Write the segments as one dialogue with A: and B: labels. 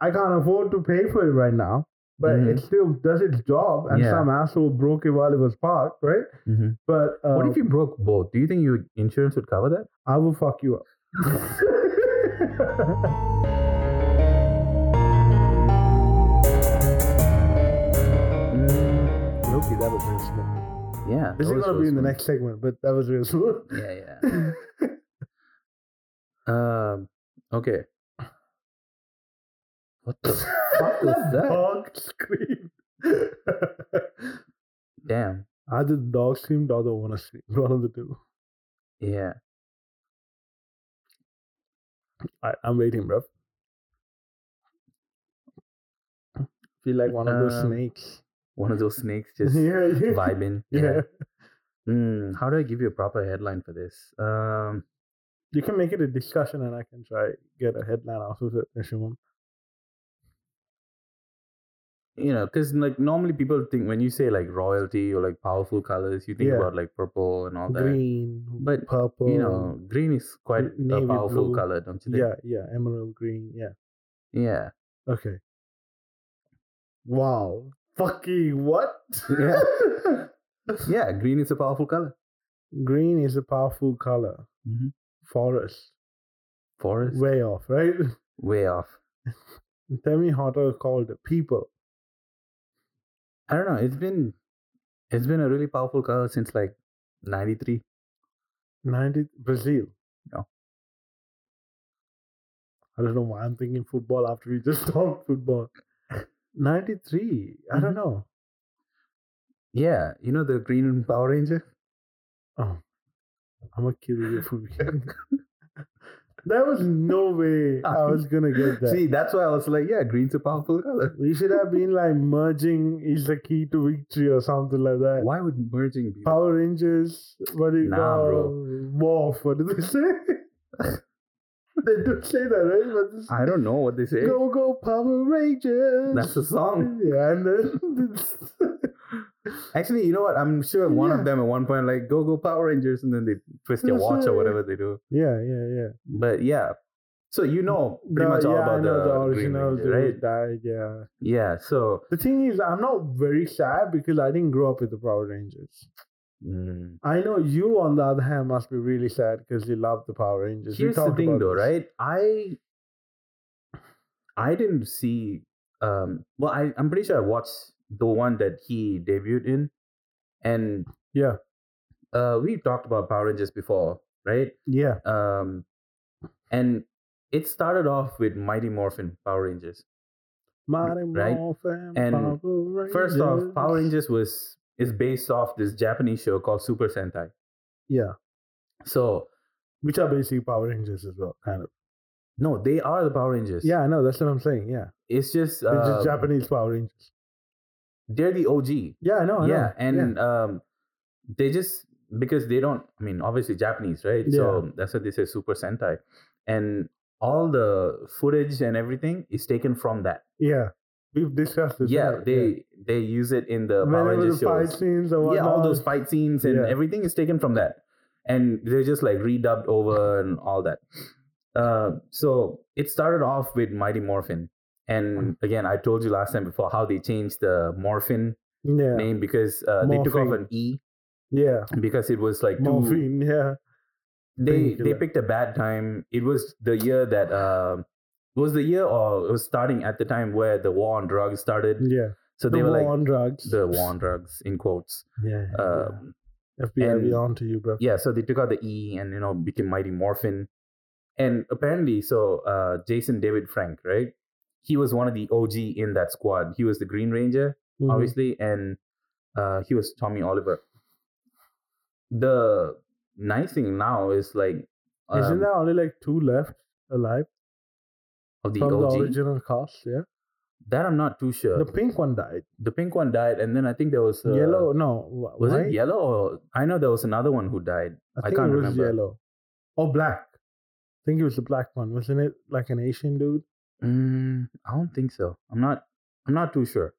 A: I can't afford to pay for it right now, but
B: Mhm.
A: it still does its job. And
B: Yeah.
A: some asshole broke it while it was parked, right?
B: Mhm.
A: But um,
B: what if you broke both? Do you think your insurance would cover that?
A: I will fuck you up. Loki, that was real smooth.
B: Mm, Yeah.
A: This is
B: that was
A: gonna
B: real
A: be in the
B: smooth.
A: next segment, but that was real smooth.
B: Yeah, yeah. um. Okay. What the fuck was
A: That
B: that?
A: Dog scream.
B: Damn.
A: Either the dog screamed or the one screamed. One of the two.
B: Yeah.
A: I, I'm waiting, bro. Feel like one of those
B: Um,
A: snakes.
B: One of those snakes just
A: yeah, yeah.
B: vibing.
A: Yeah.
B: Hmm, how do I give you a proper headline for this? Um.
A: You can make it a discussion and I can try get a headline off of it if you want.
B: you know, because like normally people think when you say like royalty or like powerful colors, you think
A: Yeah.
B: about like purple and all that.
A: Green,
B: But,
A: purple.
B: You know, green is quite a
A: navy
B: powerful
A: blue.
B: color, don't you think?
A: yeah, yeah, emerald green. Yeah.
B: Yeah.
A: Okay. Wow. Fucking what?
B: Yeah. Yeah. Green is a powerful color.
A: green is a powerful color.
B: Mhm.
A: Forest.
B: Forest.
A: Way off, right?
B: Way off.
A: Tell me how to call the people.
B: I don't know. It's been, it's been a really powerful color since like '93.
A: 90 Brazil.
B: No.
A: I don't know why I'm thinking football after we just talked football. 93. I don't
B: Mhm.
A: know.
B: Yeah. You know the green Power Ranger.
A: Oh, I'm gonna kill you for There was no way I was gonna get that.
B: See, that's why I was like, yeah, green's a powerful color.
A: we should have been like merging is the key to victory or something like that.
B: Why would merging be?
A: Power Rangers, what do you
B: Nah,
A: call
B: bro.
A: Morph? What do they say? they don't say that, right? But this,
B: I don't know what they say.
A: go go Power Rangers.
B: Ah, eh? That's the song.
A: yeah, and then
B: Actually, you know what? I'm sure one
A: Yeah.
B: of them at one point like go go Power Rangers, and then they twist your
A: That's
B: watch or
A: right.
B: whatever they do.
A: yeah, yeah, yeah.
B: But yeah, so you know pretty
A: The-
B: much all
A: yeah,
B: about
A: I know the,
B: Green
A: original
B: Ranger,
A: dude
B: right?
A: died. Yeah.
B: Yeah. So
A: The thing is, I'm not very sad because I didn't grow up with the Power Rangers.
B: mm,
A: I know you, on the other hand, must be really sad because you love the Power Rangers. We
B: here's the
A: talked
B: thing,
A: about
B: though,
A: this.
B: right? I I didn't see. Um, well, I I'm pretty sure I watched the one that he debuted in, and
A: Yeah,
B: uh, we talked about Power Rangers before, right?
A: yeah.
B: Um, and it started off with Mighty Morphin Power Rangers.
A: Mighty
B: Right?
A: Morphin
B: And
A: Power Rangers.
B: First off, Power Rangers was is based off this Japanese show called Super Sentai.
A: Yeah,
B: So
A: which are basically Power Rangers as well, kind of.
B: no, they are the Power Rangers.
A: Yeah, I know. That's what I'm saying. Yeah,
B: it's just,
A: they're
B: uh,
A: just Japanese Power Rangers.
B: They're the OG.
A: Oh, Yeah, I know. I
B: yeah,
A: know.
B: and um, they just because they don't. I mean, obviously Japanese, right? So that's what they say Super Sentai, and all the footage and everything is taken from that.
A: yeah, yeah. we've discussed this.
B: yeah,
A: right?
B: they they use it in the Power
A: whenever the
B: Rangers
A: fight
B: shows.
A: scenes or
B: yeah,
A: whatnot.
B: all those fight scenes and
A: Yeah.
B: everything is taken from that, and they're just like redubbed over and all that. Uh, so it started off with Mighty Morphin,
A: Mm.
B: and again, I told you last time before how they changed the Morphin
A: yeah,
B: name because uh, they took off
A: Morphine.
B: an E
A: yeah,
B: because it was like too,
A: morphine. Yeah,
B: They they
A: Painkiller.
B: picked a bad time. It was the year that uh, it was the year or it was starting at the time where the war on drugs started.
A: yeah.
B: So
A: the
B: they were
A: war
B: like
A: on drugs.
B: the war on drugs in quotes.
A: yeah,
B: Uh,
A: yeah. FBI,
B: and-
A: we on to you, bro.
B: yeah so they took out the e and you know became mighty morphin and apparently so uh jason david frank right he was one of the og in that squad he was the green ranger
A: Mhm.
B: obviously and uh he was tommy oliver the nice thing now is like um,
A: Isn't there only like two left alive
B: of the
A: from
B: og
A: the original cast? Yeah,
B: that i'm not too sure
A: the
B: the,
A: pink one died.
B: pink one died and then i think there was uh,
A: yellow? No, wh-
B: was
A: white?
B: it yellow or i know there was another one who died
A: I
B: I
A: think
B: can't
A: it was
B: remember.
A: yellow. Or black. I think it was the black one. Wasn't it like an Asian dude?
B: Mm, I don't think so. I'm not. I'm not too sure.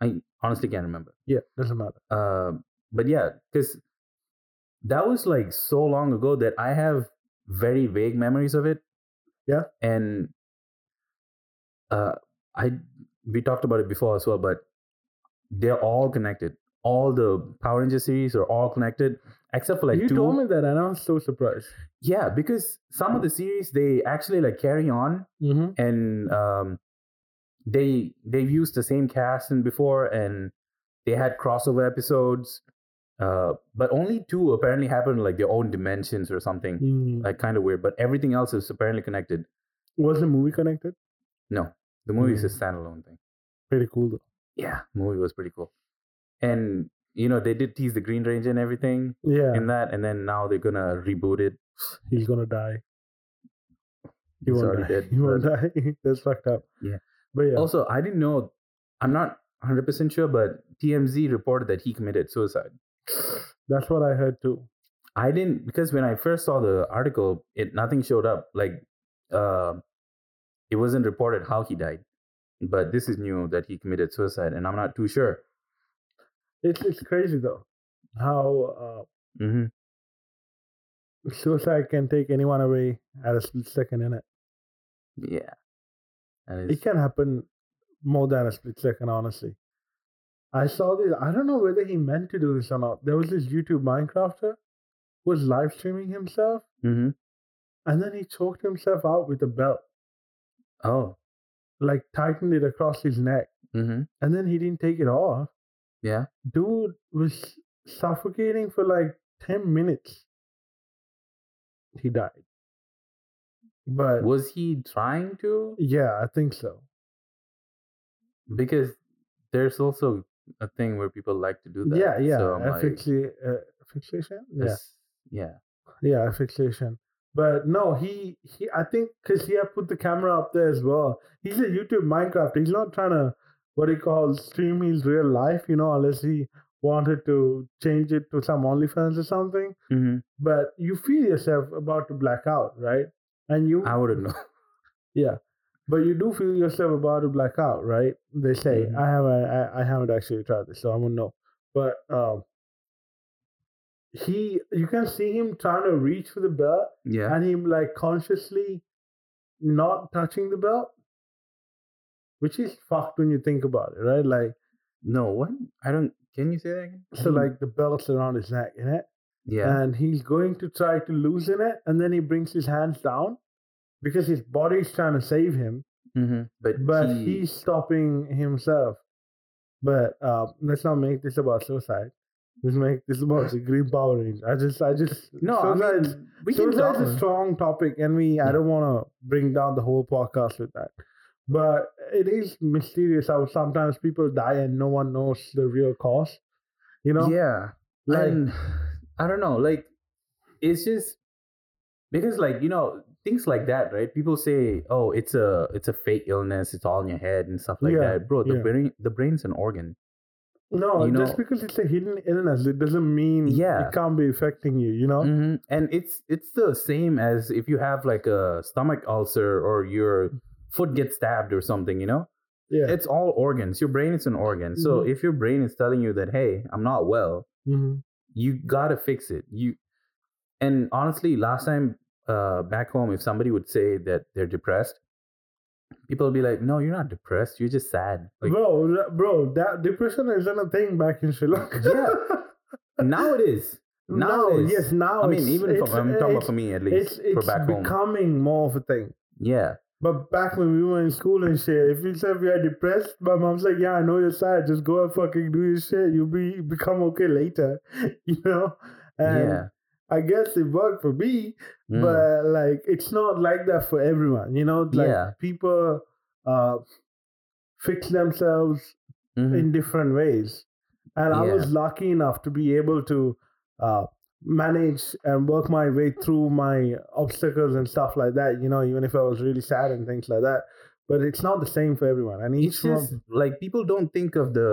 B: I honestly can't remember.
A: Yeah, doesn't matter.
B: Uh, but yeah, because that was like so long ago that I have very vague memories of it.
A: Yeah.
B: And uh, I we talked about it before as well, but they're all connected. All the Power Ranger series are all connected, except for like
A: you
B: two.
A: told me that, and I was so surprised.
B: Yeah, because some of the series they actually like carry on
A: Mm-hmm.
B: and um, they they've used the same cast and before, and they had crossover episodes, uh, but only two apparently happened in, like their own dimensions or something,
A: Mm.
B: like kind of weird. But everything else is apparently connected.
A: Was the movie connected?
B: No, the movie is a
A: Mm.
B: standalone thing.
A: Pretty cool though.
B: Yeah, movie was pretty cool, and you know they did tease the Green Ranger and everything
A: Yeah,
B: in that, and then now they're gonna reboot it.
A: he's gonna die. He
B: He's
A: won't die.
B: already dead,
A: he won't
B: but-
A: die. That's fucked up.
B: Yeah.
A: but yeah,
B: Also, I didn't know. I'm not 100 percent sure, but TMZ reported that he committed suicide.
A: that's what I heard too.
B: I didn't because when I first saw the article, it nothing showed up. Like, uh, it wasn't reported how he died, but this is new that he committed suicide, and I'm not too sure.
A: It's it's crazy though, how
B: hmm
A: uh, suicide can take anyone away at a split second. In it,
B: Yeah, and
A: it
B: it's,
A: can happen more than a split second. Honestly, I saw this. I don't know whether he meant to do this or not. There was this YouTube Minecrafter who was live streaming himself,
B: Mhm.
A: and then he choked himself out with a belt,
B: oh,
A: like tightened it across his neck,
B: hmm
A: and then he didn't take it off.
B: yeah,
A: dude was suffocating for like 10 minutes. He died. But
B: was he trying to?
A: yeah, I think so.
B: Because there's also a thing where people like to do that.
A: yeah, yeah.
B: So I'm
A: a
B: like,
A: fixi- uh, fixation? Yeah.
B: this- yeah,
A: Yeah, a fixation. But no, he, he I think because he had put the camera up there as well. He's a YouTube Minecraft. He's not trying to, what he calls, stream his real life, you know, unless he wanted to change it to some OnlyFans or something.
B: hmm
A: But you feel yourself about to black out, right? And you
B: I wouldn't know.
A: Yeah, but you do feel yourself about to black out, right? They say
B: Mhm.
A: I haven't, I, I haven't actually tried this, so I won't know. But um, he, you can see him trying to reach for the belt,
B: Yeah,
A: and him like consciously not touching the belt, which is fucked when you think about it, right? Like
B: no, what? I don't. Can you say that again? I
A: so,
B: don't-
A: like uh, the belt's around his neck, in it,
B: Mm-hmm. yeah,
A: and he's going to try to loosen it, and then he brings his hands down because his body's trying to save him.
B: hmm but
A: but he's stopping himself. But uh, let's not make this about suicide. Let's make this about the Green Power Ranger. I just, I just
B: No, I
A: suicide's-
B: mean, we can
A: suicide's
B: talk.
A: a strong topic, and we I
B: Yeah.
A: don't want to bring down the whole podcast with that. But it is mysterious how sometimes people die and no one knows the real cause. You know,
B: yeah,
A: like
B: and I don't know. Like, it's just because, like, you know, things like that, right? People say, "Oh, it's a it's a fake illness. It's all in your head and stuff like
A: Yeah,
B: that." Bro, the
A: yeah.
B: brain the brain's an organ.
A: no,
B: you
A: just
B: know-
A: because it's a hidden illness, it doesn't mean
B: Yeah.
A: it can't be affecting you. You know,
B: hmm And it's it's the same as if you have like a stomach ulcer or your foot gets stabbed or something. You know,
A: yeah,
B: it's all organs. Your brain is an organ. So
A: Mhm.
B: if your brain is telling you that, "Hey, I'm not well,"
A: hmm
B: you gotta fix it you and honestly last time uh back home if somebody would say that they're depressed people would be like no you're not depressed you're just sad like
A: bro, that- bro, that depression isn't a thing back in Sri Lanka.
B: Yeah. now it is now it is.
A: yes, now
B: i mean
A: it's-
B: even
A: it's,
B: for, i'm talking about
A: it's-
B: for me at
A: it's
B: least
A: it's
B: for back home
A: becoming more of a thing.
B: yeah
A: But back when we were in school and shit, if you said we are depressed, my mom's like, "Yeah, I know you're sad. Just go and fucking do your shit. You'll be become okay later." you know, and
B: yeah
A: I guess it worked for me,
B: Mm.
A: but like it's not like that for everyone. You know, like
B: Yeah.
A: people uh fix themselves
B: Mhm.
A: in different ways. And I
B: Yeah.
A: was lucky enough to be able to uh, manage and work my way through my obstacles and stuff like that, you know, even if I was really sad and things like that. But it's not the same for everyone. And
B: it's
A: each one,
B: just like people don't think of the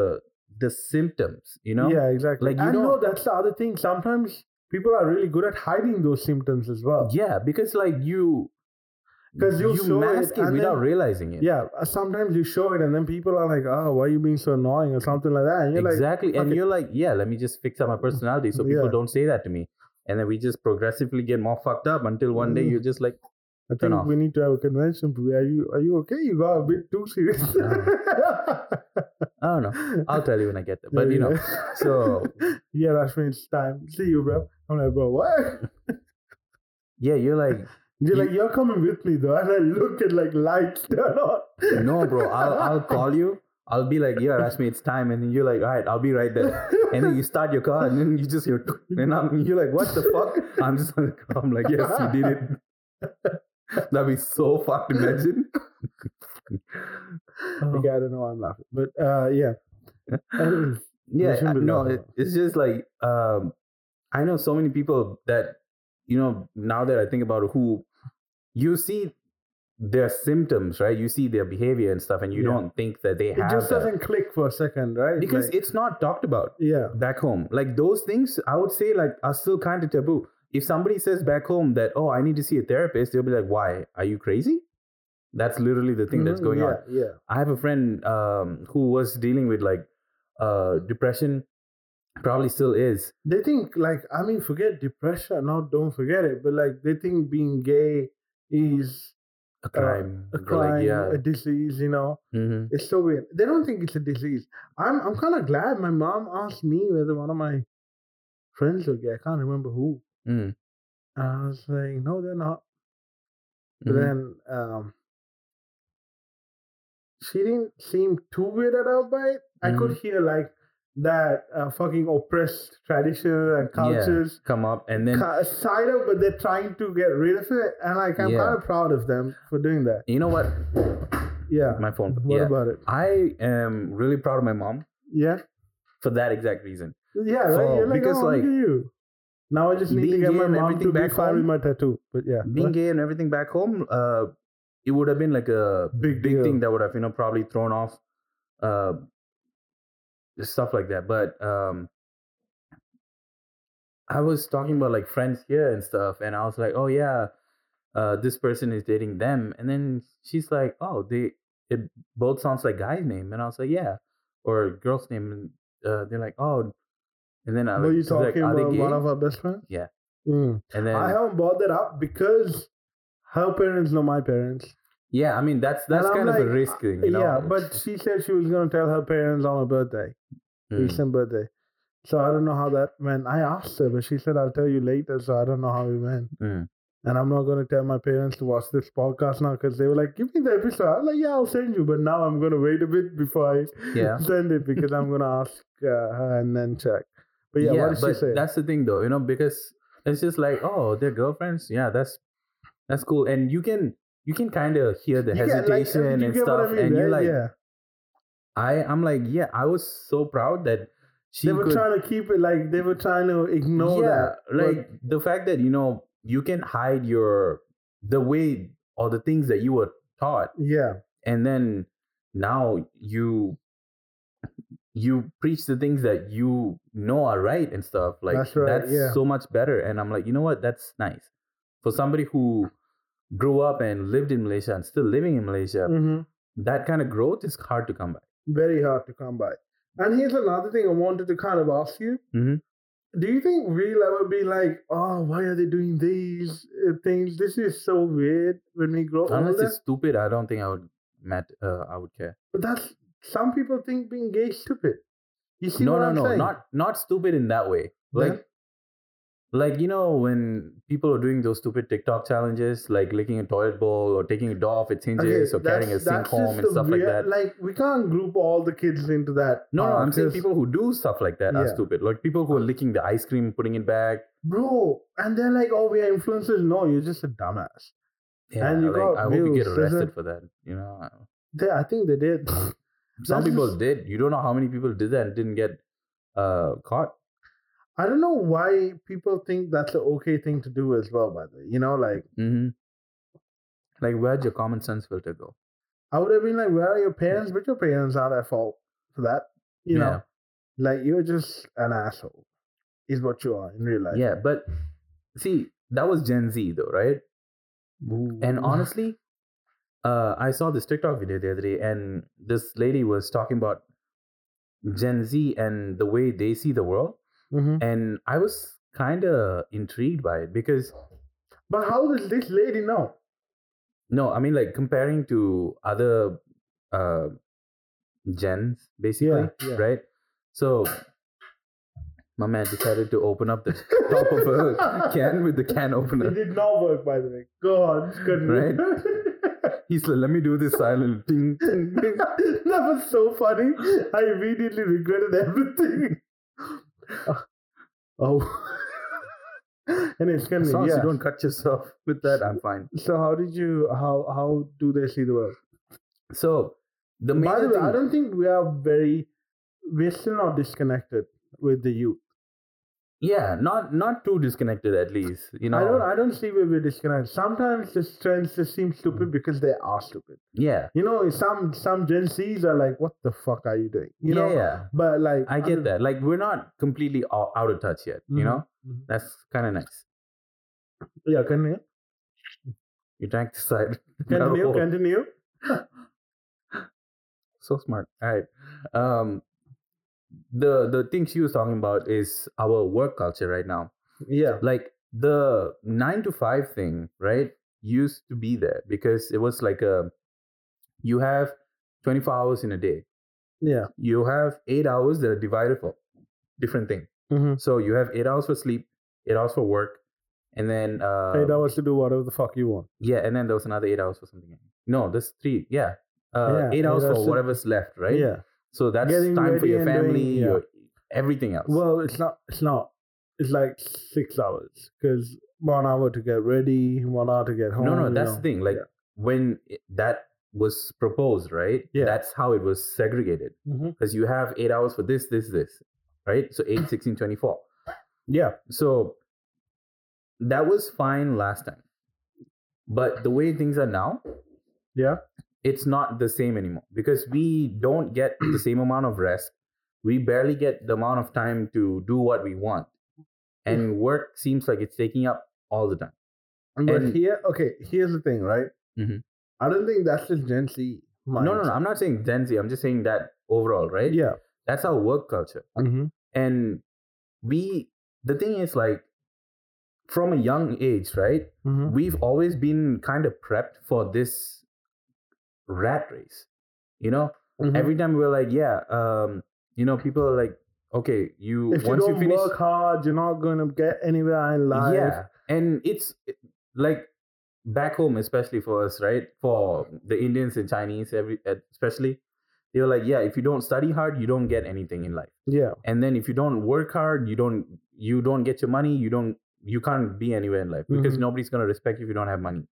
B: the symptoms you know
A: yeah, exactly.
B: like, you
A: I
B: don't-
A: know that's the other thing. Sometimes people are really good at hiding those symptoms as well.
B: yeah because like you
A: 'Cause you show it
B: mask it,
A: and
B: without
A: then-
B: realizing it
A: Yeah, uh, sometimes you show it, and then people are like, "Oh, why are you being so annoying?" or something like that. And you're like,
B: exactly
A: "Fuck
B: and
A: it." Mm,
B: you're like yeah let me just fix up my personality so people
A: Yeah.
B: don't say that to me and then we just progressively get more fucked up until one day
A: Mhm.
B: you're just like
A: I think
B: Enough.
A: we need to have a convention. Bhuvi. Are you are you okay? You got a bit too serious.
B: Uh-huh. I don't know. I'll tell you when I get there. But you know, so-
A: yeah, Rashmi, it's time. See you, bro. I'm like, bro, what?
B: yeah, you're like,
A: You're
B: You-
A: like, you're coming with me though, and I look at like lights turn on.
B: no, bro. I'll I'll call you. I'll be like, yeah, Rashmi, it's time, and you're like, all right, I'll be right there. And then you start your car, and then you just hear, "Tuk," and I'm, you're like, what the fuck? I'm just, like, I'm like, yes, you did it. That'd be so fun to imagine. Oh,
A: Like, I don't know, why I'm laughing, but uh, yeah. Anyways,
B: yeah
A: Russian
B: I- no
A: Bulldog.
B: it, it's just like um i know so many people that you know now that i think about it, who you see their symptoms right you see their behavior and stuff and you
A: Yeah.
B: don't think that they
A: it
B: have
A: just
B: that.
A: doesn't click for a second, right?
B: because
A: Like,
B: it's not talked about
A: yeah,
B: back home like those things i would say like are still kind of taboo if somebody says back home that oh i need to see a therapist they'll be like why are you crazy that's literally the thing that's
A: Mhm,
B: going
A: yeah,
B: on
A: Yeah,
B: I have a friend um, who was dealing with like uh, depression, probably still is.
A: they think like I mean, forget depression. No, don't forget it. But like they think being gay is
B: A crime.
A: Uh, a
B: Like,
A: crime,
B: yeah.
A: a disease. You know,
B: Mhm.
A: It's so weird. They don't think it's a disease. I'm I'm kind of glad my mom asked me whether one of my friends were gay. I can't remember who.
B: Mm.
A: And I was like, no, they're not. But
B: Mhm.
A: then um, she didn't seem too weirded out by it. I could
B: Mm-hmm.
A: hear like that uh, fucking oppressed tradition and
B: Yeah.
A: cultures.
B: Come up and then
A: ki- Side of, but they're trying to get rid of it, and like I'm
B: Yeah.
A: kind of proud of them for doing that.
B: you know what?
A: Yeah.
B: My phone.
A: What
B: Mm-hmm. Yeah.
A: about it?
B: I am really proud of my mom
A: Yeah.
B: for that exact reason.
A: Yeah, right?
B: For-
A: you're like,
B: because,
A: oh, look
B: like,
A: at you. Now I just need to
B: being
A: get
B: gay
A: my
B: and
A: mom
B: everything
A: to be
B: back
A: fine
B: home-
A: with my tattoo. But yeah,
B: Being
A: what?
B: gay and everything back home, uh, it would have been like a
A: Big
B: big
A: deal.
B: thing that would have you know probably thrown off uh, stuff like that. But um, I was talking about like friends here and stuff, and I was like, oh yeah, uh, this person is dating them, and then she's like, oh they it both sounds like guy's name, and I was like, yeah, or girl's name, and uh, they're like, oh, and then I
A: Were
B: was
A: you
B: she's like,
A: talking
B: are they
A: about
B: gay?
A: one of our best friends?
B: Yeah.
A: Mm.
B: and then
A: I haven't brought that up because her parents know my parents.
B: yeah, I mean that's that's
A: I'm
B: kind of a
A: like,
B: risk thing, you know?
A: Yeah, but she said she was going to tell her parents on her birthday,
B: Mm.
A: recent birthday. So I don't know how that went. I asked her, but she said, I'll tell you later. So I don't know how it went.
B: Mm.
A: And I'm not going to tell my parents to watch this podcast now because they were like, give me the episode. I was like, yeah, I'll send you. But now I'm going to wait a bit before I
B: yeah.
A: send it because I'm gonna ask uh, her and then check. But yeah, what did she say?
B: that's the thing though, you know, because it's just like, oh, they're girlfriends. Yeah, that's that's cool, and you can you can kind of hear the
A: You get, like,
B: hesitation
A: you
B: and
A: get what I
B: stuff,
A: mean,
B: and you're
A: right?
B: like,
A: yeah,
B: I I'm like, yeah, I was so proud that she
A: they were
B: could,
A: trying to keep it like they were trying to ignore
B: yeah,
A: that.
B: like the fact that you know you can hide your the way or the things that you were taught,
A: but- yeah,
B: and then now you you preach the things that you know are right and stuff like
A: That's right, yeah.
B: so much better and i'm like you know what that's nice for somebody who grew up and lived in malaysia and still living in malaysia
A: hmm
B: that kind of growth is hard to come by
A: very hard to come by. And here's another thing I wanted to kind of ask you.
B: Mhm.
A: Do you think we'll ever be like, oh, why are they doing these uh, things? This is so weird when we grow
B: unless
A: older.
B: it's stupid i don't think i would Matt, uh, i would care
A: But that's some people think being gay is stupid. You see
B: no
A: what
B: no
A: I'm
B: no
A: saying?
B: not not stupid in that way
A: Then?
B: like like you know when people are doing those stupid tiktok challenges like licking a toilet bowl or taking a door off its hinges or carrying a
A: that's-
B: sink
A: that's
B: home
A: just
B: and
A: a
B: stuff like
A: weird-
B: that
A: Like we can't group all the kids into that.
B: No, no,
A: uh,
B: I'm saying
A: 'cause-
B: people who do stuff like that are
A: Yeah.
B: stupid. Like people who are licking the ice cream, putting it back.
A: bro. And they're like, "Oh, we are influencers." No, you're just a dumbass.
B: Yeah,
A: And you
B: like,
A: got
B: I hope you
A: views,
B: get
A: isn't
B: arrested
A: it?
B: for that. You know,
A: They, I think they did.
B: some
A: That's
B: people
A: just-
B: did. You don't know how many people did that and didn't get uh, caught.
A: I don't know why people think that's an okay thing to do as well. By the way, you know, like
B: hmm Like, where'd your common sense filter go?
A: I would have been like, "Where are your parents?" But your parents aren't at fault for that. You know, like you're just an asshole. Is what you are in real life.
B: yeah, but see, that was Gen Z though, right?
A: Mm-hmm.
B: And honestly, uh, I saw this TikTok video the other day, and this lady was talking about Gen Z and the way they see the world.
A: hmm
B: and I was kind of intrigued by it because
A: but how does this lady know?
B: No, I mean like comparing to other uh gens basically,
A: yeah.
B: right? So my man decided to open up the top of a can with the can
A: It
B: opener.
A: did not work, by the way. Go on, continue.
B: Right? He's like, let me do this silent thing.
A: that was so funny. I immediately regretted everything. oh. and it's gonna
B: As long as
A: yeah.
B: you don't cut yourself with that, I'm fine.
A: So how did you how how do they see the world?
B: So the main
A: By the way,
B: thing,
A: I don't think we are very we're still not disconnected with the youth.
B: yeah, not not too disconnected at least. You know,
A: I don't I don't see where we're disconnected. Sometimes the trends just seem stupid because they are stupid.
B: yeah,
A: You know, some some Gen Zs are like, what the fuck are you doing? You
B: yeah,
A: know,
B: yeah.
A: but like
B: I get that. Like we're not completely o- out of touch yet. You
A: Mhm,
B: know,
A: mhm.
B: that's kind of nice.
A: Yeah, continue.
B: You drank the side.
A: Continue,
B: No.
A: continue.
B: so smart. All right. Um, the the thing she was talking about is our work culture right now.
A: Yeah.
B: Like the nine to five thing, right? Used to be there because it was like a you have twenty four hours in a day.
A: Yeah.
B: You have eight hours that are divided for different things.
A: Mm-hmm.
B: So you have eight hours for sleep, eight hours for work, and then uh,
A: Eight hours to do whatever the fuck you want.
B: Yeah, and then there was another eight hours for something. else. No, there's three. Yeah. Uh,
A: Yeah,
B: eight hours
A: eight
B: for
A: hours to-
B: whatever's left, right?
A: Yeah.
B: So that's
A: Getting
B: time for
A: ready
B: your
A: and doing-
B: family,
A: yeah.
B: your everything else.
A: Well, it's not. It's not. It's like six hours because one hour to get ready, one hour to get home.
B: no, no,
A: you
B: that's
A: know.
B: the thing. Like
A: yeah.
B: when it, that was proposed, right?
A: Yeah.
B: That's how it was segregated
A: Mhm.
B: because you have eight hours for this, this, this, right? So 8, 16, 24.
A: Yeah.
B: So that was fine last time. But the way things are now,
A: Yeah.
B: it's not the same anymore because we don't get the same amount of rest. We barely get the amount of time to do what we want. And work seems like it's taking up all the time.
A: But
B: And-
A: here, okay, here's the thing, right?
B: Mhm.
A: I don't think that's just Gen Z.
B: No, no, no. I'm not saying Gen Z. I'm just saying that overall, right?
A: Yeah.
B: That's our work culture.
A: Mm-hmm.
B: And we, the thing is, like, from a young age, right?
A: Mm-hmm.
B: We've always been kind of prepped for this rat race. You know,
A: Mm-hmm.
B: every time we're like, yeah, um, you know, people are like, okay, you
A: if you
B: once
A: don't
B: you, finish,
A: work hard, you're not gonna get anywhere in life.
B: yeah, and it's like back home, especially for us, right? For the Indians and Chinese, every especially, they were like, yeah, if you don't study hard, you don't get anything in life,
A: Yeah.
B: and then if you don't work hard, you don't you don't get your money, you don't you can't be anywhere in life because
A: Mhm.
B: nobody's gonna respect you if you don't have money.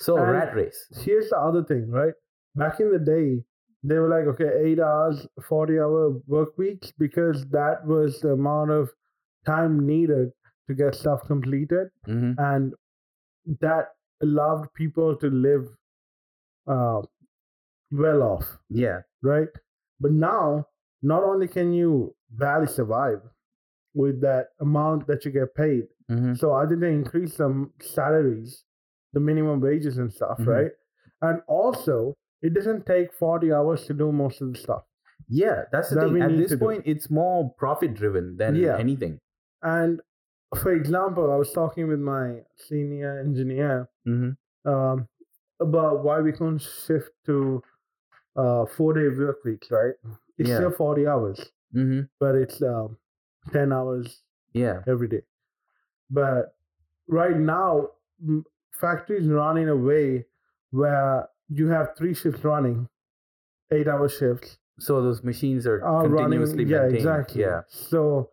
B: So
A: And-
B: rat race,
A: Here's the other thing, right? Back in the day, they were like, okay, eight hours, 40 hour work weeks, because that was the amount of time needed to get stuff completed.
B: hmm
A: And that allowed people to live uh, well off,
B: yeah,
A: right? But now, not only can you barely survive with that amount that you get paid,
B: hmm
A: so I did increase some salaries, the minimum wages and stuff,
B: Mhm.
A: right? And also, it doesn't take 40 hours to do most of the stuff.
B: yeah, that's the
A: That we
B: thing. At
A: need
B: this
A: to do.
B: point, it's more profit driven than
A: Yeah.
B: anything.
A: And for example, I was talking with my senior engineer
B: Mm-hmm.
A: um, about why we couldn't shift to uh, four day work weeks, right? It's
B: Yeah.
A: still 40 hours,
B: Mm-hmm.
A: but it's um, 10 hours
B: Yeah.
A: every day. But right now, m- factories run in a way where you have three shifts running, eight hour shifts
B: So those machines are
A: are
B: continuously
A: running. Yeah,
B: maintained.
A: exactly.
B: Yeah.
A: So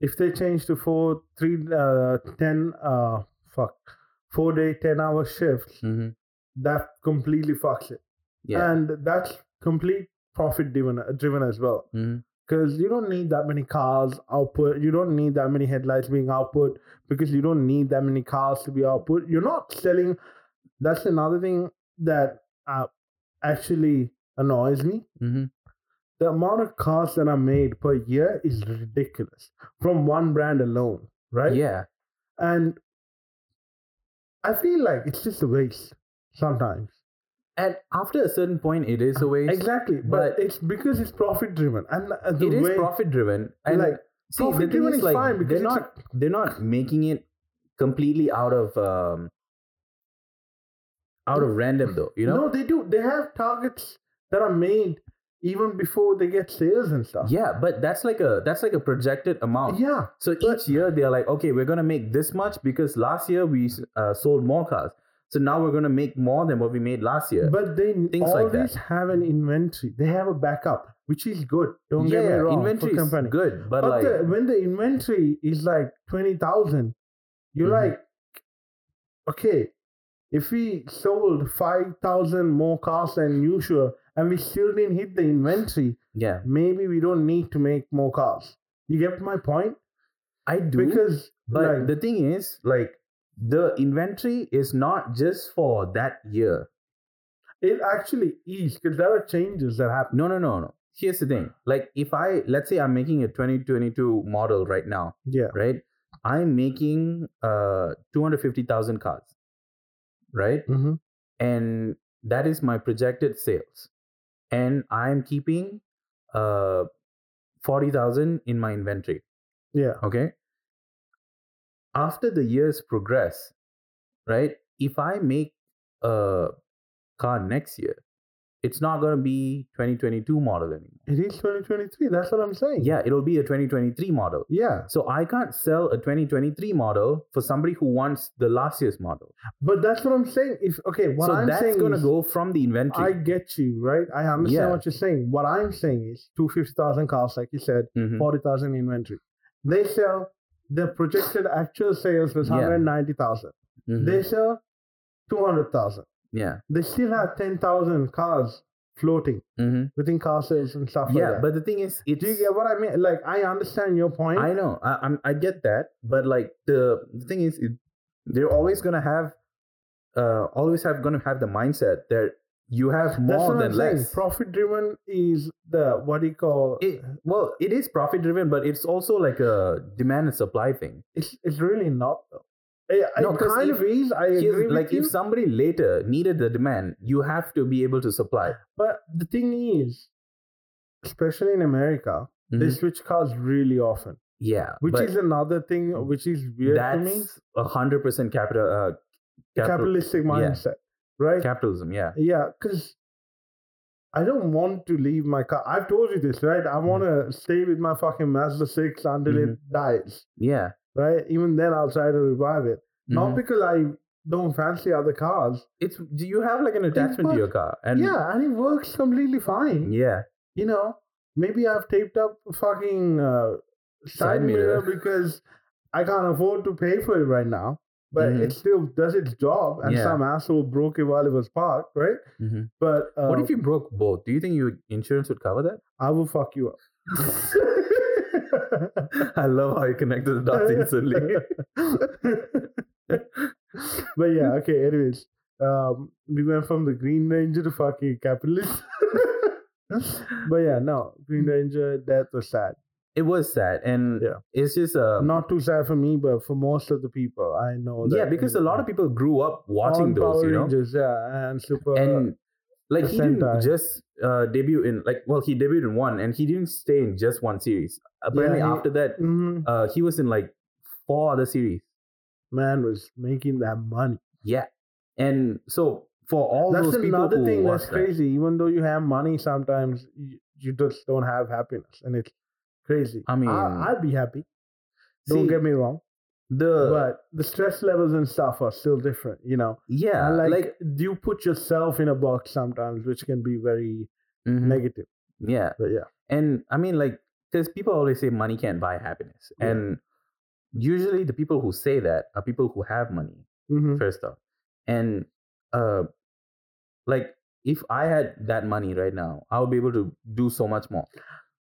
A: if they change to four, three, uh, ten, uh, fuck, four day, 10 hour shifts,
B: Mm-hmm.
A: that completely fucks it.
B: Yeah.
A: And that's complete profit driven, driven as well
B: hmm
A: because you don't need that many cars output. You don't need that many headlights being output because you don't need that many cars to be output. You're not selling. That's another thing that uh, actually annoys me.
B: hmm
A: The amount of cars that are made per year is ridiculous from one brand alone, right?
B: Yeah.
A: And I feel like it's just a waste sometimes.
B: And after a certain point, it is a waste.
A: Exactly, but,
B: but-
A: it's because it's profit driven, and uh, the
B: It is
A: way
B: profit driven. And
A: like
B: see, the
A: profit
B: thing
A: driven
B: is,
A: is
B: like
A: fine because
B: they're
A: it's-
B: not they're not making it completely out of um, out of random though, you know?
A: No, they do. They have targets that are made even before they get sales and stuff.
B: Yeah, but that's like a that's like a projected amount.
A: Yeah.
B: So each year they're like, okay, we're gonna make this much because last year we uh, sold more cars. So now we're gonna make more than what we made last year.
A: But they
B: Things like that.
A: always have an inventory. They have a backup, which is good. Don't get me wrong.
B: inventory
A: for
B: is
A: company.
B: good, but,
A: But
B: like
A: the, when the inventory is like twenty thousand, you're
B: Mhm.
A: like, okay, if we sold five thousand more cars than usual, and we still didn't hit the inventory,
B: yeah,
A: maybe we don't need to make more cars. You get my point?
B: I do.
A: because
B: but
A: like,
B: the thing is, like the inventory is not just for that year.
A: it actually is because there are changes that happen.
B: No, no, no, no. Here's the thing. Like if I let's say I'm making a 2022 model right now,
A: Yeah.
B: right? I'm making uh 250,000 cars. Right?
A: hmm
B: and that is my projected sales and i am keeping uh 40000 in my inventory
A: Yeah.
B: okay after the years progress right if i make a car next year it's not going to be 2022 model anymore
A: It is 2023. That's what I'm saying.
B: yeah it'll be a 2023 model
A: Yeah.
B: so i can't sell a 2023 model for somebody who wants the last year's model
A: But that's what I'm saying. If okay, what
B: so
A: I'm
B: that's
A: saying
B: going to
A: is-
B: go from the inventory
A: I get you, right? I understand
B: Yeah.
A: what you're saying. What I'm saying is 250,000 cars, like you said,
B: Mhm.
A: 40,000 inventory. They sell, the projected actual sales was
B: Yeah.
A: 190,000.
B: Mhm.
A: They sell 200,000.
B: Yeah.
A: They still have 10,000 cars floating
B: Mm-hmm.
A: within car sales and stuff
B: Yeah,
A: like that.
B: but the thing is, it's
A: Do you get what I mean? Like, I understand your point.
B: I know, I, I'm, I get that, but like the, the thing is, it, they're always gonna have, uh, always have gonna have the mindset that you have
A: That's
B: more
A: what
B: than
A: I'm saying.
B: less.
A: Profit driven is the, what do you call
B: It, well, it is profit driven, but it's also like a demand and supply thing.
A: It's, it's really not, though. It,
B: No,
A: it
B: 'cause
A: kind
B: if-
A: of is. I
B: Here's-
A: agree with
B: like
A: you.
B: if somebody later needed the demand, you have to be able to supply.
A: But the thing is, especially in America, they
B: Mhm.
A: switch cars really often,
B: yeah,
A: Mm-hmm. which
B: but
A: is
B: Mm-hmm.
A: another thing which is weird to me.
B: that's a hundred percent capital, uh, capital,
A: Capitalistic
B: yeah.
A: mindset, right?
B: capitalism. Yeah,
A: yeah, because I don't want to leave my car. I've told you this, right?
B: Mm-hmm.
A: I want to stay with my fucking Mazda 6 until it dies,
B: yeah,
A: right? Even then, I'll try to revive it. Not
B: Mhm.
A: because I don't fancy other cars.
B: it's do you have like an attachment to
A: work.
B: your car and
A: yeah, and it works completely fine.
B: yeah
A: you know, maybe I've taped up a fucking uh, side,
B: Side
A: mirror.
B: mirror.
A: because I can't afford to pay for it right now. But
B: Mhm.
A: it still does its job, and
B: Yeah.
A: some asshole broke it while it was parked, right?
B: Mhm.
A: But uh,
B: what if you broke both do you think your insurance would cover that
A: I will fuck you up.
B: i love how you connected the dots instantly
A: but yeah, okay. Anyways, um, we went from the Green Ranger to fucking capitalist. but yeah, no,
B: Mm.
A: Green Ranger death was sad.
B: it was sad and
A: Yeah.
B: it's just uh
A: not too sad for me, but for most of the people I know. That
B: yeah because a lot of people grew up watching
A: on
B: those
A: Power
B: you know
A: Rangers, yeah, and Super.
B: and like he didn't
A: Sentai.
B: just uh debut in like well he debuted in one and he didn't stay in just one series apparently
A: he-
B: after that
A: Mhm.
B: uh he was in like four other series
A: man was making that money.
B: yeah and so for all
A: that's
B: those people
A: another
B: who
A: thing that's
B: watched that-
A: crazy. Even though you have money, sometimes you, you just don't have happiness, and it's crazy.
B: I mean-
A: I, would be happy. Don't
B: See,
A: get me wrong,
B: the
A: but the stress levels and stuff are still different. You know,
B: yeah
A: And, like,
B: like
A: you put yourself in a box sometimes, which can be very
B: mhm,
A: negative.
B: yeah
A: But yeah,
B: and i mean like because people always say money can't buy happiness
A: Yeah.
B: and usually the people who say that are people who have money
A: Mhm.
B: first off and uh like if i had that money right now i would be able to do so much more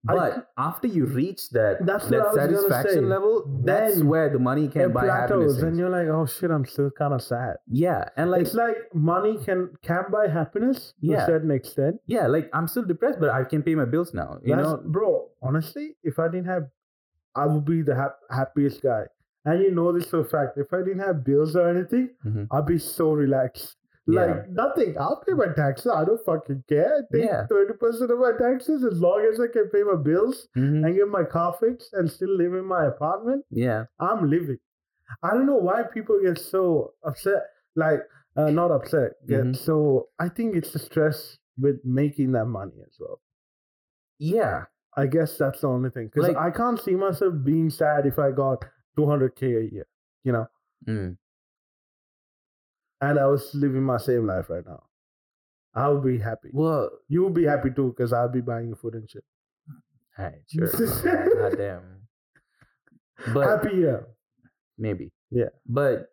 A: I-
B: but after you reach that
A: That's what I
B: that
A: was gonna
B: satisfaction
A: say.
B: level that's
A: Then
B: where the money can
A: It
B: buy happiness
A: plateaus, and
B: is.
A: you're like, oh shit, I'm still kind of sad.
B: yeah and like
A: it's like money can can buy happiness to a
B: Yeah.
A: certain extent.
B: yeah like i'm still depressed but i can pay my bills now you
A: That's-
B: know
A: bro. Honestly, if I didn't have, I would be the hap- happiest guy. And you know this for a fact. If I didn't have bills or anything,
B: Mhm.
A: I'd be so relaxed.
B: Yeah.
A: Like nothing. I'll pay my taxes. I don't fucking care. I
B: Yeah.
A: take thirty percent of my taxes as long as I can pay my bills
B: Mhm.
A: and get my car fixed and still live in my apartment.
B: yeah
A: I'm living. I don't know why people get so upset. Like uh, not upset. Yeah.
B: Mhm.
A: So I think it's the stress with making that money as well.
B: Yeah.
A: I guess that's the only thing because
B: Like-
A: I can't see myself being sad if I got 200k a year, you know,
B: Mm.
A: and I was living my same life right now. I'll be happy.
B: Well,
A: You'll be happy too because I'll be buying you food and shit.
B: all right, sure. God damn. But
A: happy year.
B: maybe.
A: Yeah.
B: But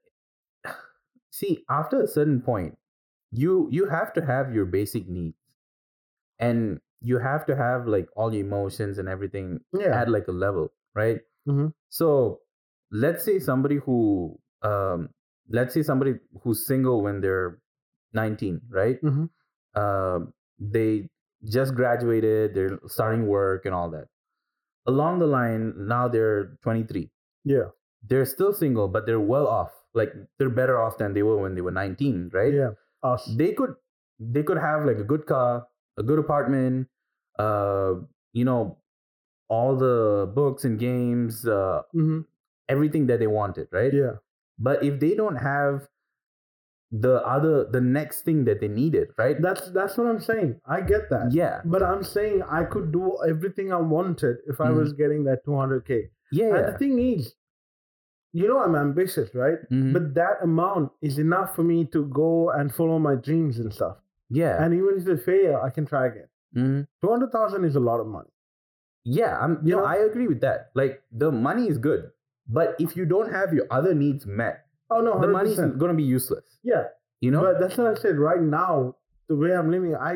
B: see, after a certain point, you you have to have your basic needs, and you have to have like all your emotions and everything
A: Yeah.
B: at like a level, right?
A: Mhm.
B: So let's say somebody who um let's say somebody who's single when they're 19, right?
A: Mhm.
B: Um, they just graduated, they're starting work and all that. Along the line, now they're 23.
A: Yeah.
B: They're still single, but they're well off. Like they're better off than they were when they were 19, right?
A: Yeah. Us.
B: they could they could have like a good car a good apartment uh you know all the books and games uh
A: hmm
B: everything that they wanted right
A: Yeah.
B: but if they don't have the other the next thing that they needed right
A: That's that's what I'm saying. I get that.
B: yeah
A: But I'm saying I could do everything I wanted if I
B: Mhm.
A: was getting that 200k.
B: yeah
A: And the thing is, you know, I'm ambitious, right?
B: Mhm.
A: But that amount is enough for me to go and follow my dreams and stuff.
B: yeah
A: And even if they fail, I can try again.
B: Mhm.
A: Two hundred thousand is a lot of money.
B: yeah i'm you
A: You
B: know
A: know-
B: i agree with that like the money is good but if you don't have your other needs met
A: Oh no,
B: the
A: hundred
B: money's
A: percent.
B: gonna be useless
A: Yeah,
B: you know
A: but that's what I said. Right now, the way I'm living, I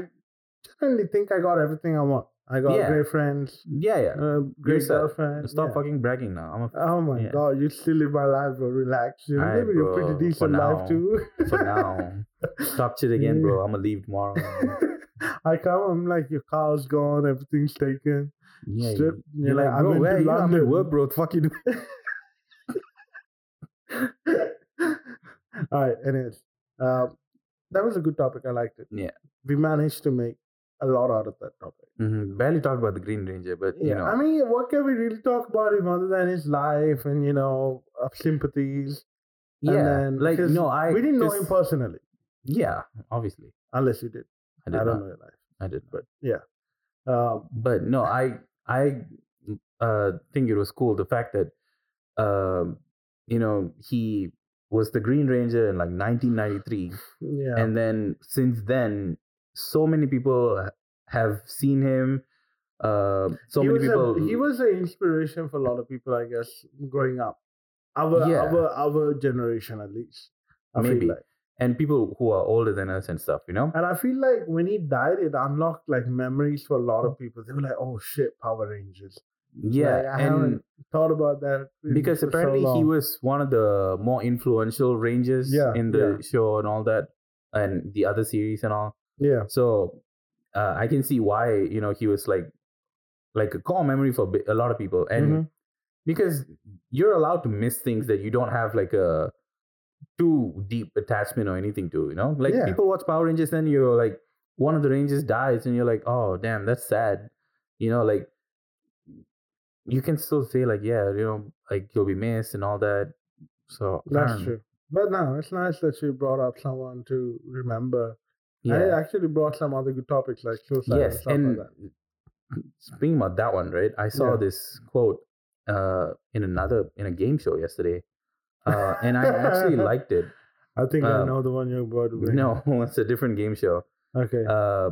A: genuinely think I got everything I want. I got
B: Yeah.
A: great friends,
B: yeah yeah
A: uh, great
B: Yourself.
A: girlfriend.
B: stop
A: Uh, yeah.
B: fucking bragging now i'm a
A: Oh my
B: Yeah.
A: god, you still live my life, bro. Relax. You're
B: Aight,
A: living a
B: bro, for
A: pretty decent
B: now.
A: life too.
B: for now. Stop shit again, bro. I'm gonna leave tomorrow.
A: I come, I'm like, your car's gone, everything's taken.
B: Yeah, you-
A: Strip.
B: you're,
A: You're
B: like,
A: like, I
B: bro,
A: went
B: where
A: to
B: you? I'm at
A: London."
B: work, bro. Fuck you. do-
A: All right, anyways. Um, that was a good topic. I liked it.
B: Yeah.
A: We managed to make a lot out of that topic.
B: Mhm, Barely talked about the Green Ranger, but
A: Yeah.
B: you know,
A: I mean, what can we really talk about him other than his life and, you know, uh, sympathies? and
B: yeah,
A: then-
B: like
A: because
B: no, I
A: we didn't know
B: 'cause-
A: him personally,
B: Yeah, obviously,
A: unless you did. I
B: I did
A: don't
B: not.
A: know your life.
B: I did not.
A: But yeah. Um,
B: But no, I I uh think it was cool the fact that um you know he was the Green Ranger in like 1993.
A: yeah.
B: and then since then so many people ha- have seen him uh so
A: he
B: many
A: was
B: people
A: A, he was an inspiration for a lot of people, I guess, growing up. Our
B: Yeah.
A: our our generation, at least. I
B: Maybe.
A: Feel like.
B: and people who are older than us and stuff you know
A: And I feel like when he died, it unlocked like memories for a lot of people. They were like, "Oh shit, Power Rangers."
B: yeah
A: Like, I
B: and
A: haven't Thought about that in-
B: because
A: for so
B: apparently he
A: long.
B: was one of the more influential rangers
A: Yeah,
B: in the show and all that and the other series and all
A: Yeah,
B: so uh, i can see why you know he was like like a core memory for bi- a lot of people and
A: Mhm.
B: because you're allowed to miss things that you don't have like a too deep attachment or anything to you know like
A: Yeah.
B: people watch power rangers and you're like one of the rangers dies and you're like oh damn that's sad you know like you can still say like yeah you know like you'll be missed and all that so um, I
A: that's
B: don't-
A: true. But no, it's nice that you brought up someone to remember.
B: yeah
A: And it actually brought some other good topics like suicide and
B: yes
A: stuff
B: and
A: like that.
B: speaking about that one right i saw
A: Yeah.
B: this quote uh in another in a game show yesterday uh and i actually liked it
A: I think I
B: um,
A: know the one you're about to bring.
B: no it's a different game show
A: Okay.
B: uh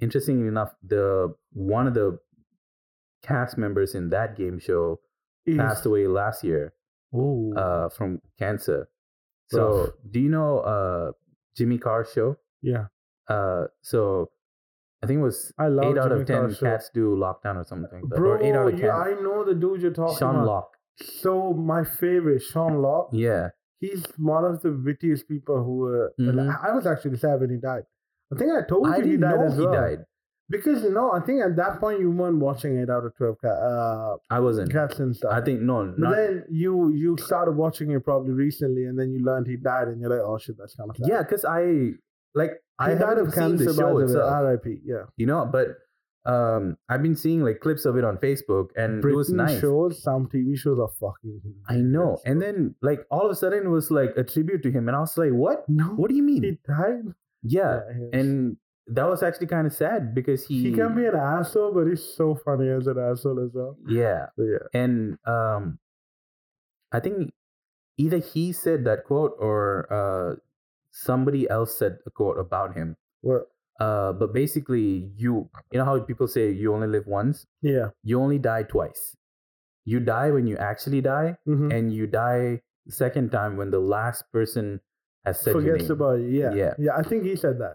B: interestingly enough the one of the cast members in that game show passed away last year
A: Oh.
B: uh from cancer so
A: Rough.
B: do you know uh jimmy carr's show
A: yeah.
B: uh so i think it was
A: I love
B: eight out
A: Jimmy
B: of ten
A: Carr's show.
B: cats do lockdown or something but,
A: Bro,
B: or eight out of ten
A: you- I know the dude you're talking
B: sean
A: about.
B: Locke.
A: So my favorite, Sean Locke.
B: yeah
A: He's one of the wittiest people who were.
B: Mhm.
A: I was actually sad when he died. I think I told
B: i
A: you he
B: didn't
A: died
B: know
A: as
B: he
A: well.
B: died
A: Because you know, I think at that point you weren't watching eight out of twelve ca- uh,
B: i wasn't
A: cats and stuff.
B: i think no
A: but
B: not
A: then you you started watching it probably recently, and then you learned he died, and you're like, oh shit, that's kind of sad.
B: yeah because i like i
A: he died
B: haven't
A: of
B: seen
A: cancer.
B: the
A: by
B: show
A: the way.
B: itself
A: R.I.P. Yeah,
B: you know but um, I've been seeing like clips of it on Facebook, and it was
A: Britain
B: nice.
A: shows, some TV shows are fucking.
B: I know. And then like all of a sudden it was like a tribute to him, and I was like, what?
A: no,
B: What do you mean?
A: he died.
B: Yeah,
A: he-
B: and that was actually kind of sad because he.
A: he can be an asshole, but he's so funny as an asshole as well.
B: yeah,
A: So yeah,
B: and um, I think either he said that quote or uh, somebody else said a quote about him.
A: well,
B: Uh, but basically, you you know how people say you only live once,
A: yeah,
B: you only die twice. You die when you actually die,
A: mhm.
B: and you die the second time when the last person has said your
A: forgets
B: name.
A: about it. Yeah,
B: Yeah.
A: yeah. I think he said that.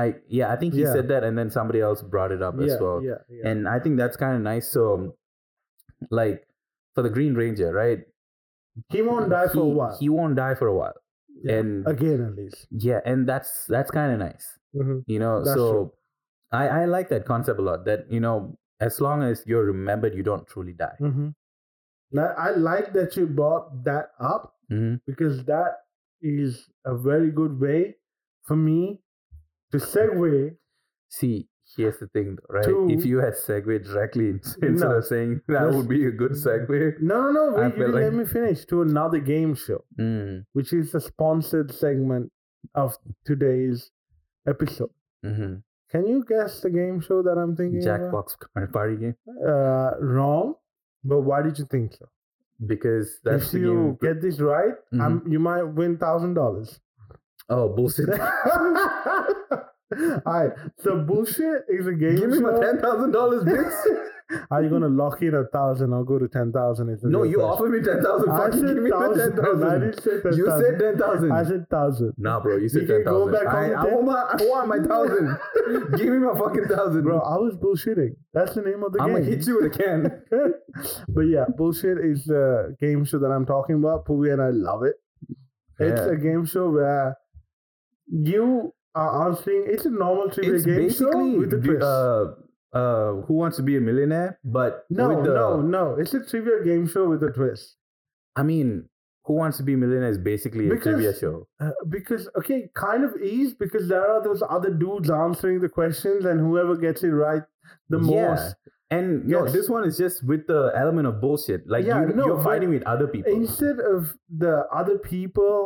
B: I yeah, I think he
A: Yeah.
B: said that, and then somebody else brought it up
A: Yeah,
B: as well.
A: yeah, yeah.
B: And I think that's kind of nice. So, like for the Green Ranger, right?
A: he won't die for a
B: He-
A: while.
B: He won't die for a while.
A: Yeah.
B: And
A: Again, at least.
B: yeah, and that's that's kind of nice.
A: Mhm.
B: You know,
A: That's
B: so
A: true.
B: I I like that concept a lot. That you know, as long as you're remembered, you don't truly die.
A: Mhm. Now, I like that you brought that up
B: hmm
A: because that is a very good way for me to segue
B: See, here's the thing, though, right?
A: True.
B: If you had segued directly instead
A: No.
B: of saying that
A: That's-
B: would be a good segue.
A: No, no, no.
B: I
A: Wait, you
B: feel
A: didn't let me
B: like-
A: finish to another game show,
B: Mm,
A: which is the sponsored segment of today's episode.
B: hmm
A: Can you guess the game show that I'm thinking about?
B: Jackbox party game.
A: Uh, wrong, but why did you think so?
B: Because that's
A: if
B: the
A: you
B: game.
A: get this right,
B: Mhm.
A: um, you might win thousand dollars.
B: oh, bullshit.
A: All right. So bullshit is a game
B: Give me my
A: show.
B: ten thousand dollars, bitch.
A: Are you gonna lock in a thousand or go to ten thousand?
B: no, you offered me ten thousand.
A: I
B: Fucking
A: said
B: give me my ten
A: thousand. I
B: thousand.
A: didn't say ten
B: You said ten thousand.
A: I said thousand.
B: Nah, bro, you said
A: can
B: ten
A: go
B: thousand.
A: back on
B: I,
A: the
B: I
A: ten-
B: want my, I want my thousand. Give me my fucking thousand,
A: Bro, I was bullshitting. That's the name of the
B: I'm gonna
A: game.
B: hit you with a can.
A: but yeah, bullshit is the game show that I'm talking about. Puvi and I love it. It's
B: Yeah.
A: a game show where you are answering. It's a normal trivia
B: It's
A: game show
B: basically
A: with a twist.
B: uh, uh, who wants to be a millionaire? But
A: no,
B: with the,
A: no, no. It's a trivia game show with a twist.
B: I mean, who wants to be a millionaire is basically a
A: Because-
B: trivia show.
A: Uh, because okay, kind of ease because there are those other dudes answering the questions, and whoever gets it right the
B: Yeah.
A: most
B: And no,
A: Yes.
B: this one is just with the element of bullshit. Like
A: Yeah,
B: you,
A: no,
B: you're
A: but-
B: fighting with other people.
A: instead of the other people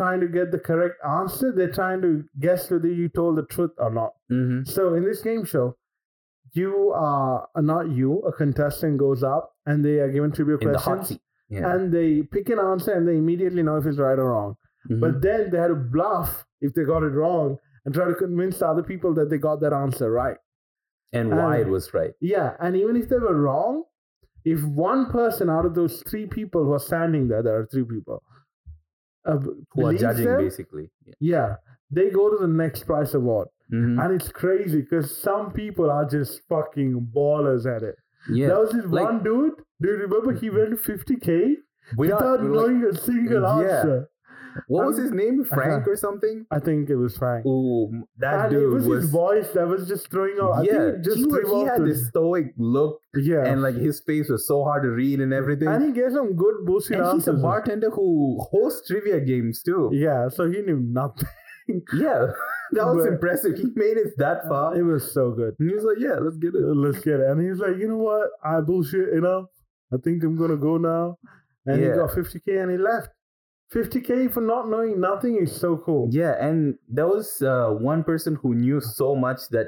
A: trying to get the correct answer, they're trying to guess whether you told the truth or not.
B: hmm
A: So in this game show, you are uh, not you, a contestant goes up and they are given trivia
B: In the hot
A: questions.
B: seat. Yeah.
A: And they pick an answer and they immediately know if it's right or wrong.
B: Mhm.
A: But then they had to bluff if they got it wrong and try to convince the other people that they got that answer right.
B: and why
A: and-
B: it was right.
A: Yeah, and even if they were wrong, if one person out of those three people who are standing there, there are three people, uh, b-
B: Who are
A: believes
B: judging
A: them,
B: basically. Yeah.
A: yeah, they go to the next prize award,
B: Mhm.
A: and it's crazy because some people are just fucking ballers at it.
B: Yeah.
A: There was this
B: like- Mm-hmm.
A: one dude. Do you remember he went fifty k
B: Without-
A: without
B: like,
A: knowing a single
B: yeah.
A: answer?
B: what was
A: I'm-
B: his name? Frank or something?
A: I think it was Frank.
B: Ooh, that
A: And it
B: dude
A: was,
B: was.
A: his voice that was just throwing off. I
B: yeah,
A: think it just
B: he, was-
A: threw
B: he
A: off
B: had
A: the-
B: this stoic look,
A: Yeah,
B: and like his face was so hard to read and everything.
A: and he gave some good bullshit
B: and he's
A: answers.
B: a bartender who hosts trivia games too.
A: Yeah, so he knew nothing.
B: Yeah, that was
A: But-
B: impressive. He made it that far.
A: It was so good.
B: And he was like, "Yeah, let's get it."
A: Let's get it. And he's like, you know what? I bullshit enough. I think I'm gonna go now. And he
B: Yeah.
A: got 50k and he left. 50k for not knowing nothing is so cool.
B: Yeah, and there was uh, one person who knew so much that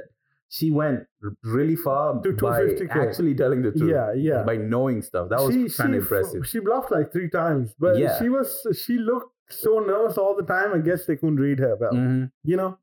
B: she went r- really far
A: To
B: by
A: 250K.
B: actually telling the truth.
A: yeah. yeah.
B: by knowing stuff. That was kind of
A: f-
B: impressive.
A: She bluffed like three times, but
B: Yeah.
A: she was she looked so nervous all the time. I guess they couldn't read her well,
B: Mhm.
A: you know.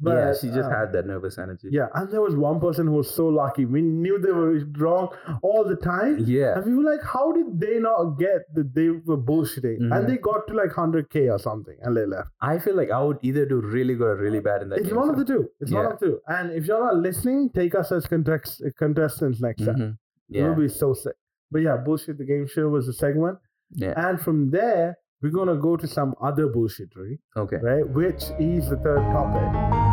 A: But
B: yeah, she
A: uh,
B: just had that nervous energy.
A: Yeah, and there was one person who was so lucky. We knew they were wrong all the time.
B: Yeah.
A: And we were like, how did they not get that they were bullshitting?
B: Mhm.
A: And they got to like 100K or something and they left.
B: I feel like I would either do really good or really bad in that
A: it's
B: game
A: one of the
B: show.
A: two. It's one
B: Yeah.
A: of the two. And if you're not listening, take us as context, uh, contestants next time.
B: Mhm. Yeah.
A: We'll be so sick. But yeah, Bullshit the Game Show was the segment.
B: yeah.
A: And from there, we're going to go to some other bullshittery,
B: Okay.
A: right? Which is the third topic.